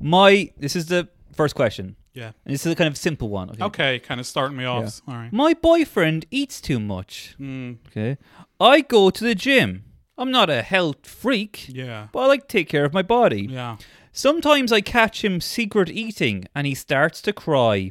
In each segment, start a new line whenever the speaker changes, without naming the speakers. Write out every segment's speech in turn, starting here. My this is the first question.
Yeah.
And this is a kind of simple one. Okay.
Okay, kind of starting me off. All right.
My boyfriend eats too much.
Hmm.
Okay. I go to the gym. I'm not a health freak,
Yeah.
but I like to take care of my body.
Yeah.
Sometimes I catch him secret eating and he starts to cry.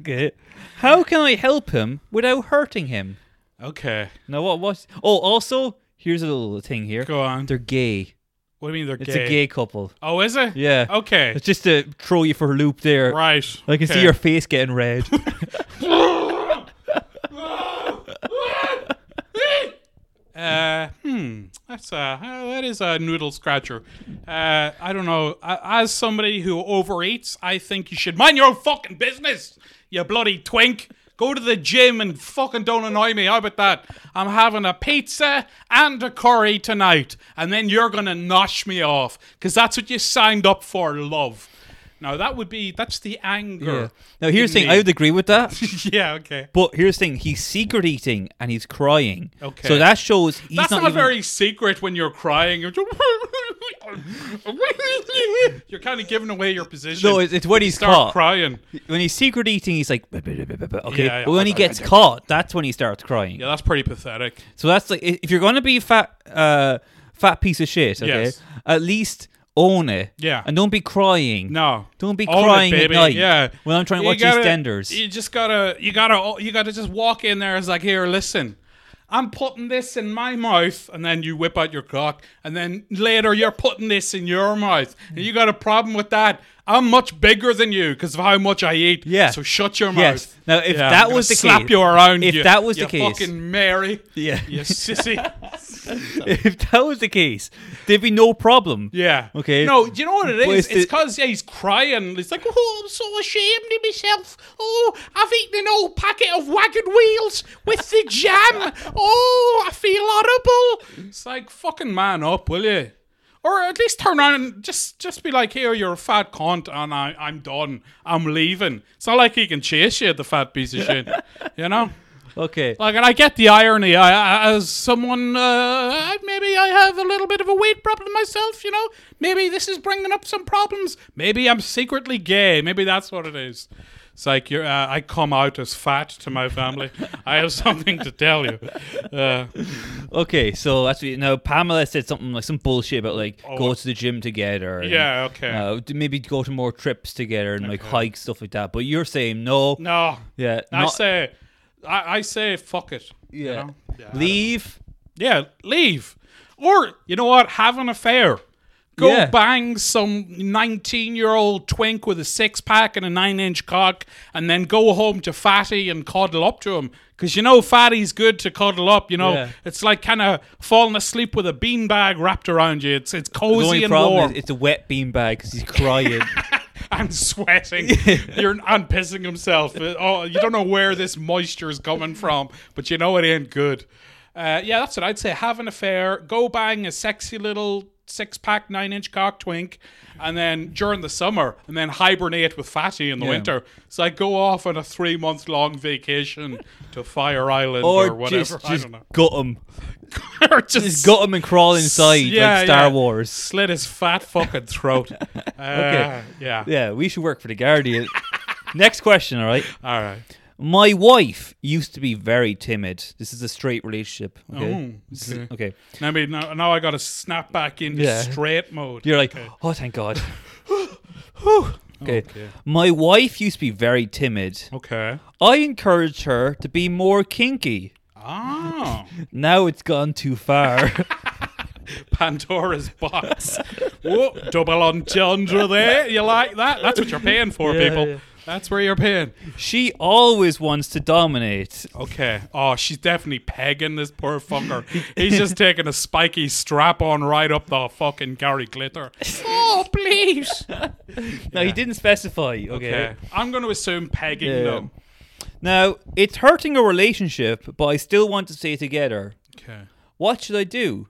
okay. How can I help him without hurting him?
Okay.
Now what what Oh, also, here's a little thing here.
Go on.
They're gay.
what do you mean they're
It's
gay?
a gay couple.
Oh, is it?
Yeah.
Okay.
It's just to throw you for a loop there.
right.
I can see
Okay.
your face getting red.
Uh, hmm. That's a uh, that is a noodle scratcher. Uh, I don't know. Uh, as somebody who overeats, I think you should mind your own fucking business. You bloody twink. Go to the gym and fucking don't annoy me. How about that? I'm having a pizza and a curry tonight, and then you're gonna nosh me off because that's what you signed up for, love. Now that would be that's the
yeah.
anger.
Now here's the thing,
me.
I would agree with that.
yeah okay.
But here's the thing: he's secret eating and he's crying.
Okay.
So that shows he's
That's not,
even-
very secret when you're crying. You're, kind of giving away your position.
No, it's, it's when he's
Start
caught.
crying.
When he's secret eating, he's like, "Buh, buh, buh, buh, buh, buh," okay.
Yeah, yeah.
But when he gets caught, that's when he starts crying.
Yeah, that's pretty pathetic.
So that's like, i- if you're gonna be fat, uh, fat piece of shit, okay,
Yes.
at least own it.
Yeah.
And don't be crying.
No,
Don't be
Own it,
crying at
baby.
night.
Yeah,
When I'm trying to
You
watch
gotta-
EastEnders.
you just gotta, you gotta, you gotta just walk in there. It's like, here, listen. I'm putting this in my mouth, and then you whip out your cock, and then later you're putting this in your mouth, and you got a problem with that. I'm much bigger than you because of how much I eat.
Yeah.
So shut your mouth.
Yes. Now, if
I'm
that
gonna
was the
slap
case-
you around.
if
you-
that was the
you
case-
fucking Mary.
Yeah.
You sissy.
if that was the case, there'd be no problem.
Yeah.
Okay.
No, do you know what it
But it's
is? It's
the-
because yeah, he's crying. It's like, oh, I'm so ashamed of myself. Oh, I've eaten an old packet of wagon wheels with the jam. Oh, I feel horrible. It's like, fucking man up, will you? Or at least turn around and just just be like, here, you're a fat cunt, and I, I'm done. I'm leaving. It's not like he can chase you, the fat piece of shit. you know.
Okay.
Like, and I get the irony. I, I as someone, uh, maybe I have a little bit of a weight problem myself. You know, maybe this is bringing up some problems. Maybe I'm secretly gay. Maybe that's what it is. It's like you're, uh, I come out as fat to my family. I have something to tell you. Uh,
Okay, so that's what, now Pamela said something like some bullshit about like go
uh,
to the gym together. and,
yeah, okay.
uh, d- maybe go to more trips together and like hike stuff like that. But you're saying no.
no,
Yeah.
I
not-
say, I, I say, fuck it. you
Yeah.
know?
Leave.
Yeah, leave. Or you know what? Have an affair. Go
Yeah.
bang some nineteen-year-old twink with a six-pack and a nine-inch cock, and then go home to Fatty and cuddle up to him. Because you know Fatty's good to cuddle up. You know,
Yeah.
it's like kind of falling asleep with a beanbag wrapped around you. It's it's
The
cozy
only
and
problem
warm
is it's a wet beanbag because he's crying.
and sweating. You're and pissing himself. Uh, Oh, you don't know where this moisture is coming from, but you know it ain't good. Uh, yeah, that's what I'd say. Have an affair. Go bang a sexy little six pack, nine inch cock twink, and then during the summer, and then hibernate with Fatty in the
Yeah.
winter. So I go off on a three month long vacation to Fire Island or,
or
whatever.
just,
I
just
don't know.
gut him.
or just,
Just gut him and crawl inside like Star Wars.
Slit his fat fucking throat. Uh,
Okay.
Yeah.
Yeah, we should work for the Guardian. Next question, all right?
All right.
My wife used to be very timid. This is a straight relationship. Okay. This is-
Mm, okay.
okay.
Now, I mean, now, now I got to snap back into
Yeah.
straight mode.
You're like, oh, thank God. Whew.
Oh,
okay. My wife used to be very timid.
okay.
I encouraged her to be more kinky.
Oh,
Now it's gone too far.
Pandora's box. Whoa, double entendre there. You like that? That's what you're paying for,
Yeah,
people.
yeah.
That's where you're paying.
she always wants to dominate.
Okay. Oh, she's definitely pegging this poor fucker. He's just taking a spiky strap on right up the fucking Gary Glitter. Oh, please.
Now, he didn't specify. Okay.
Okay. I'm going to assume pegging
Yeah.
them.
Now, it's hurting a relationship, but I still want to stay together.
Okay.
What should I do?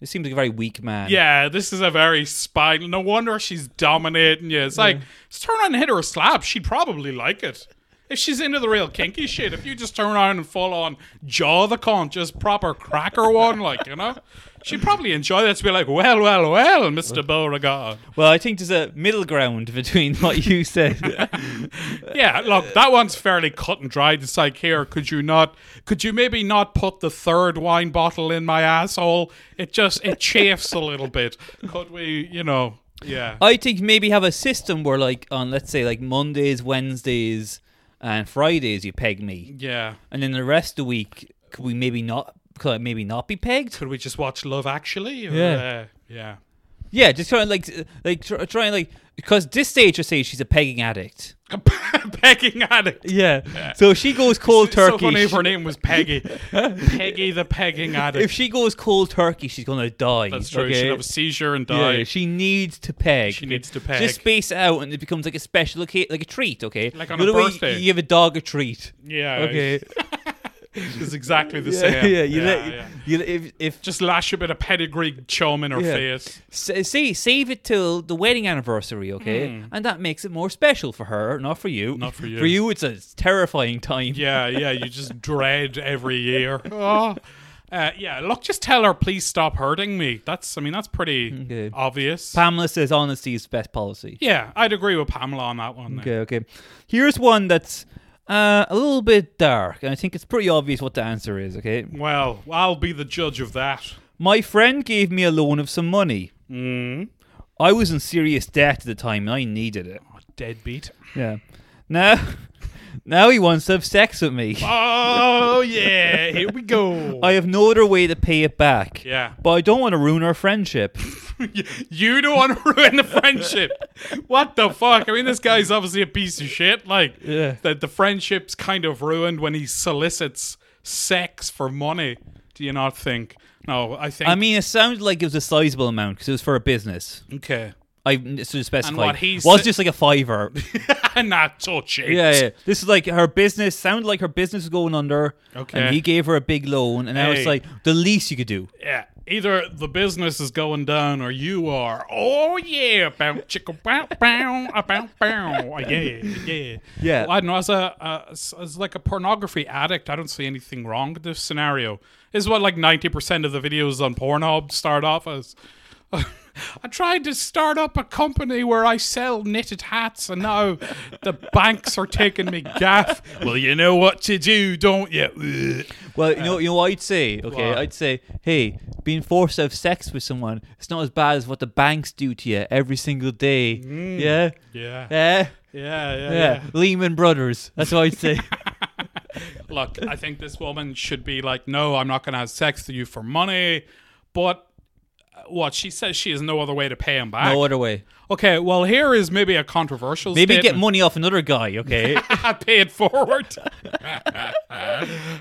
This seems like a very weak man.
Yeah, this is a very spinal. No wonder she's dominating you. It's like, just turn around and hit her a slap. She'd probably like it. If she's into the real kinky shit, if you just turn around and fall on jaw the cunt, just proper cracker one, like, you know? She'd probably enjoy that. She'd be like, well, well, well, Mr. Beauregard.
Well, I think there's a middle ground between what you said.
Yeah, look, that one's fairly cut and dried. It's like, here, could you not, could you maybe not put the third wine bottle in my asshole? It just, it chafes a little bit. Could we, you know, yeah.
I think maybe have a system where, like, on let's say like Mondays, Wednesdays, and Fridays, you peg me,
Yeah.
and then the rest of the week, could we maybe not? Could I maybe not be pegged?
Could we just watch Love Actually? Or,
Yeah.
Uh, yeah.
Yeah, just try and like, uh, like try, try and like, because this stage will say she's a pegging addict.
Pegging addict.
Yeah. So she goes cold
It's
turkey.
So funny if
she-
her name was Peggy. Peggy the pegging addict.
if she goes cold turkey, she's gonna die.
That's true.
okay?
She'll have a seizure and die.
Yeah, she needs to peg.
She needs to
Just
peg.
space it out, and it becomes like a special, oca- like a treat. Okay,
Like on
You
a
know when
birthday.
You give a dog a treat.
Yeah.
Okay,
It's exactly the
yeah,
same.
yeah. You let
yeah.
you let- if if
Just lash a bit of pedigree chum in her
Yeah.
face.
s- say save it till the wedding anniversary, okay, and that makes it more special for her, not for you.
Hmm. Not for you.
For you, it's a terrifying time.
Yeah, yeah. You just dread every year. Oh. Uh, yeah, look, just tell her, please stop hurting me. That's, I mean, that's pretty
Okay.
obvious.
Pamela says honesty is the best policy.
yeah, I'd agree with Pamela on that one.
Okay, okay. Here's one that's uh, a little bit dark, and I think it's pretty obvious what the answer is. Okay,
Well, I'll be the judge of that.
my friend gave me a loan of some money.
Mm.
I was in serious debt at the time, and I needed it.
Oh, Deadbeat.
Yeah. Now, now he wants to have sex with me.
Oh, yeah, here we go.
I have no other way to pay it back.
yeah.
But I don't want to ruin our friendship.
You don't want to ruin the friendship. What the fuck? I mean, this guy's obviously a piece of shit. Like,
Yeah.
that the friendship's kind of ruined when he solicits sex for money. Do you not think? No, I think.
I mean, it sounded like it was a sizable amount because it was for a business.
okay.
I sort of specified.
what he
was
sa-
just like a fiver.
And not touch it.
yeah, yeah. This is like her business. Sounded like her business was going under.
Okay.
And he gave her a big loan, and now it's
Hey.
like the least you could do.
Yeah. Either the business is going down or you are. Oh, yeah. Bow, chicka, bow, bow, ah, bow, bow. Ah, Yeah, yeah.
Yeah.
Well, I don't know. As, a, uh, as, as like a pornography addict, I don't see anything wrong with this scenario. This is what like 90% of the videos on Pornhub start off as. I tried to start up a company where I sell knitted hats, and now the banks are taking me gaff. Well, you know what to do, don't you? Ugh.
Well, you know, you know what I'd say. Okay,
what?
I'd say, hey, being forced to have sex with someone, it's not as bad as what the banks do to you every single day. Yeah,
Yeah. Yeah,
yeah,
yeah, Mm. yeah.
yeah. Lehman Brothers. That's what I'd say.
Look, I think this woman should be like, no, I'm not going to have sex with you for money. But uh, what she says, she has no other way to pay him back.
no other way.
Okay, well, here is maybe a controversial
Maybe get
statement.
money off another guy. Okay.
I pay it forward.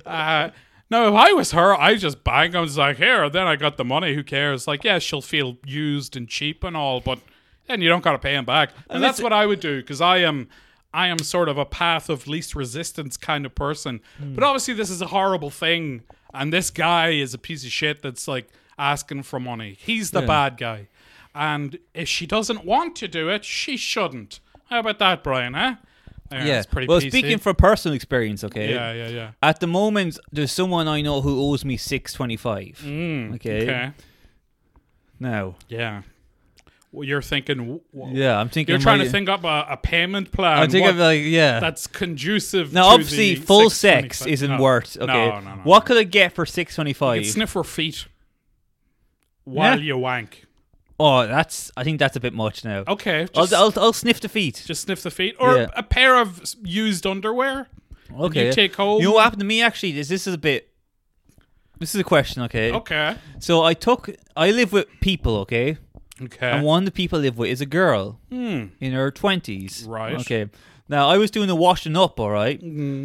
uh, no, if I was her, I just bang. I was like, here, then I got the money. Who cares? Like, yeah, she'll feel used and cheap and all, but then you don't got to pay him back. And, that's
it's-
what I would do because I am. I am sort of a path of least resistance kind of person.
Hmm.
But obviously, this is a horrible thing. And this guy is a piece of shit that's like asking for money. He's the bad guy. And if she doesn't want to do it, she shouldn't. How about that, Brian, huh? Yeah,
yeah.
it's pretty
well,
PC.
speaking from personal experience, okay.
yeah, yeah, yeah.
At the moment, there's someone I know who owes me six twenty-five. okay.
Mm, Hmm, Okay,
Now,
yeah. Well, you're thinking. w- w-
yeah, I'm thinking.
You're trying
my-
to think up a, a payment plan.
I think
what-
I'm like, yeah.
that's conducive.
now,
to
obviously,
the
full
625.
sex isn't
No.
worth. Okay.
No, no, no.
What could I get for six
You
twenty-five?
can sniff her feet while
Yeah.
you wank.
Oh, that's. I think that's a bit much now.
Okay, Oh, just,
I'll, I'll, I'll sniff the feet.
just sniff the feet or
Yeah.
a pair of s- used underwear.
Okay.
You take home.
You know what happened to me actually? Is this is a bit. This is a question, okay?
okay,
So I took. I live with people, okay?
okay.
And one of the people I live with is a girl
Eh. Hmm.
in her 20s.
Right.
Okay. Now, I was doing the washing up, all right?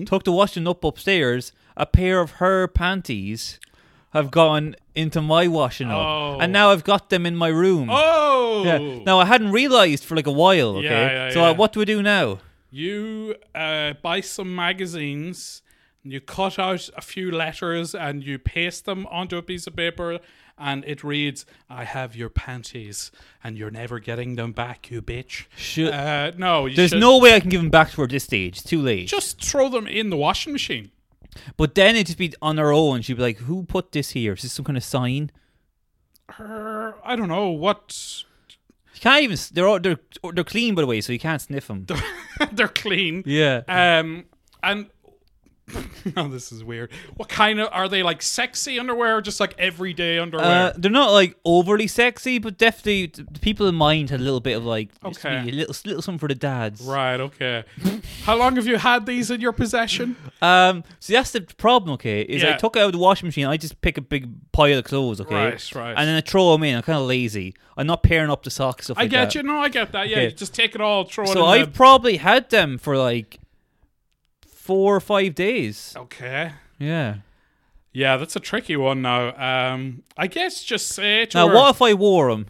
Took the washing up upstairs. A pair of her panties have gone into my washing up.
Oh.
And now I've got them in my room.
Oh,
Yeah. Now, I hadn't realized for like a while, okay?
yeah,
so
yeah.
uh, what do we do now?
You uh, buy some magazines, and you cut out a few letters, and you paste them onto a piece of paper, and it reads, I have your panties, and you're never getting them back, you bitch.
Should,
Uh, no, you
There's
should
no way I can give them back to her at this stage. It's too late.
Just throw them in the washing machine.
But then it'd just be on her own. She'd be like, "Who put this here? Is this some kind of sign?"
her. I don't know what.
You can't even. s- They're all, they're they're clean by the way, so you can't sniff them.
They're clean.
Yeah.
Um, and oh, this is weird. What kind of are they like sexy underwear or just like everyday
Uh,
underwear?
they're not like overly sexy, but definitely th- the people in mind had a little bit of like just
Okay.
be a little little something for the dads.
right. Okay. How long have you had these in your possession?
Um, so that's the problem. Okay, is I
Yeah.
took it out of the washing machine. I just pick a big pile of clothes. Okay,
Right, right.
and then I throw them in. I'm kind of lazy. I'm not pairing up the socks stuff.
I
like
get
that.
you. No, I get that. Yeah,
Okay.
you just take it all, throw it.
So
in
I've probably had them for like four or five days.
the... okay.
Yeah.
Yeah, that's a tricky one now. Um, I guess just say to
Now,
her,
what if I wore them?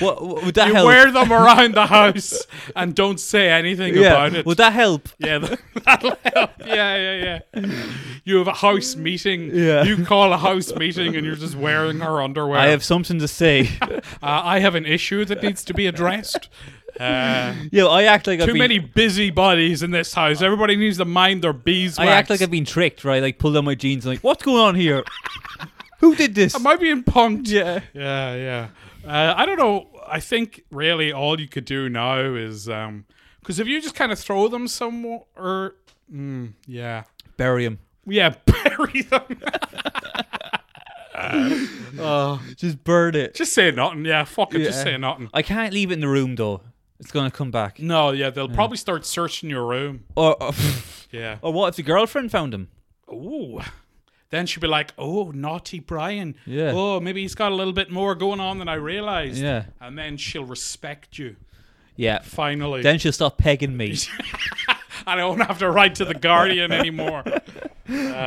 what, what- would that
you
help?
wear them around the house and don't say anything
yeah.
about it.
Would that help?
Yeah, th- that'll help. Yeah, yeah, yeah. You have a house meeting.
Yeah.
You call a house meeting and you're just wearing her underwear.
I have something to say.
Uh, I have an issue that needs to be addressed. Uh,
yeah, I act like I've
too
been,
many busybodies in this house. Everybody needs to mind their
I
beeswax.
act like I've been tricked, right? Like pulled down my jeans, and like, what's going on here? Who did this?
Am I being punked?
yeah.
Yeah, yeah. Uh, I don't know. I think really all you could do now is because if you just kind of throw them somewhere, or mm, yeah,
Bury him.
yeah, bury them.
Just burn it.
just say nothing. Yeah, fuck it. Just
Yeah.
say nothing.
I can't leave it in the room though. It's gonna come back.
No, yeah, they'll probably start searching your room.
Or or,
Yeah.
or what if the girlfriend found him?
Ooh. Then she'd be like, "Oh, naughty Brian.
Yeah.
Oh, maybe he's got a little bit more going on than I realized."
Yeah.
And then she'll respect you
Yeah.
finally,
Then she'll stop pegging me.
and I won't have to write to the Guardian anymore.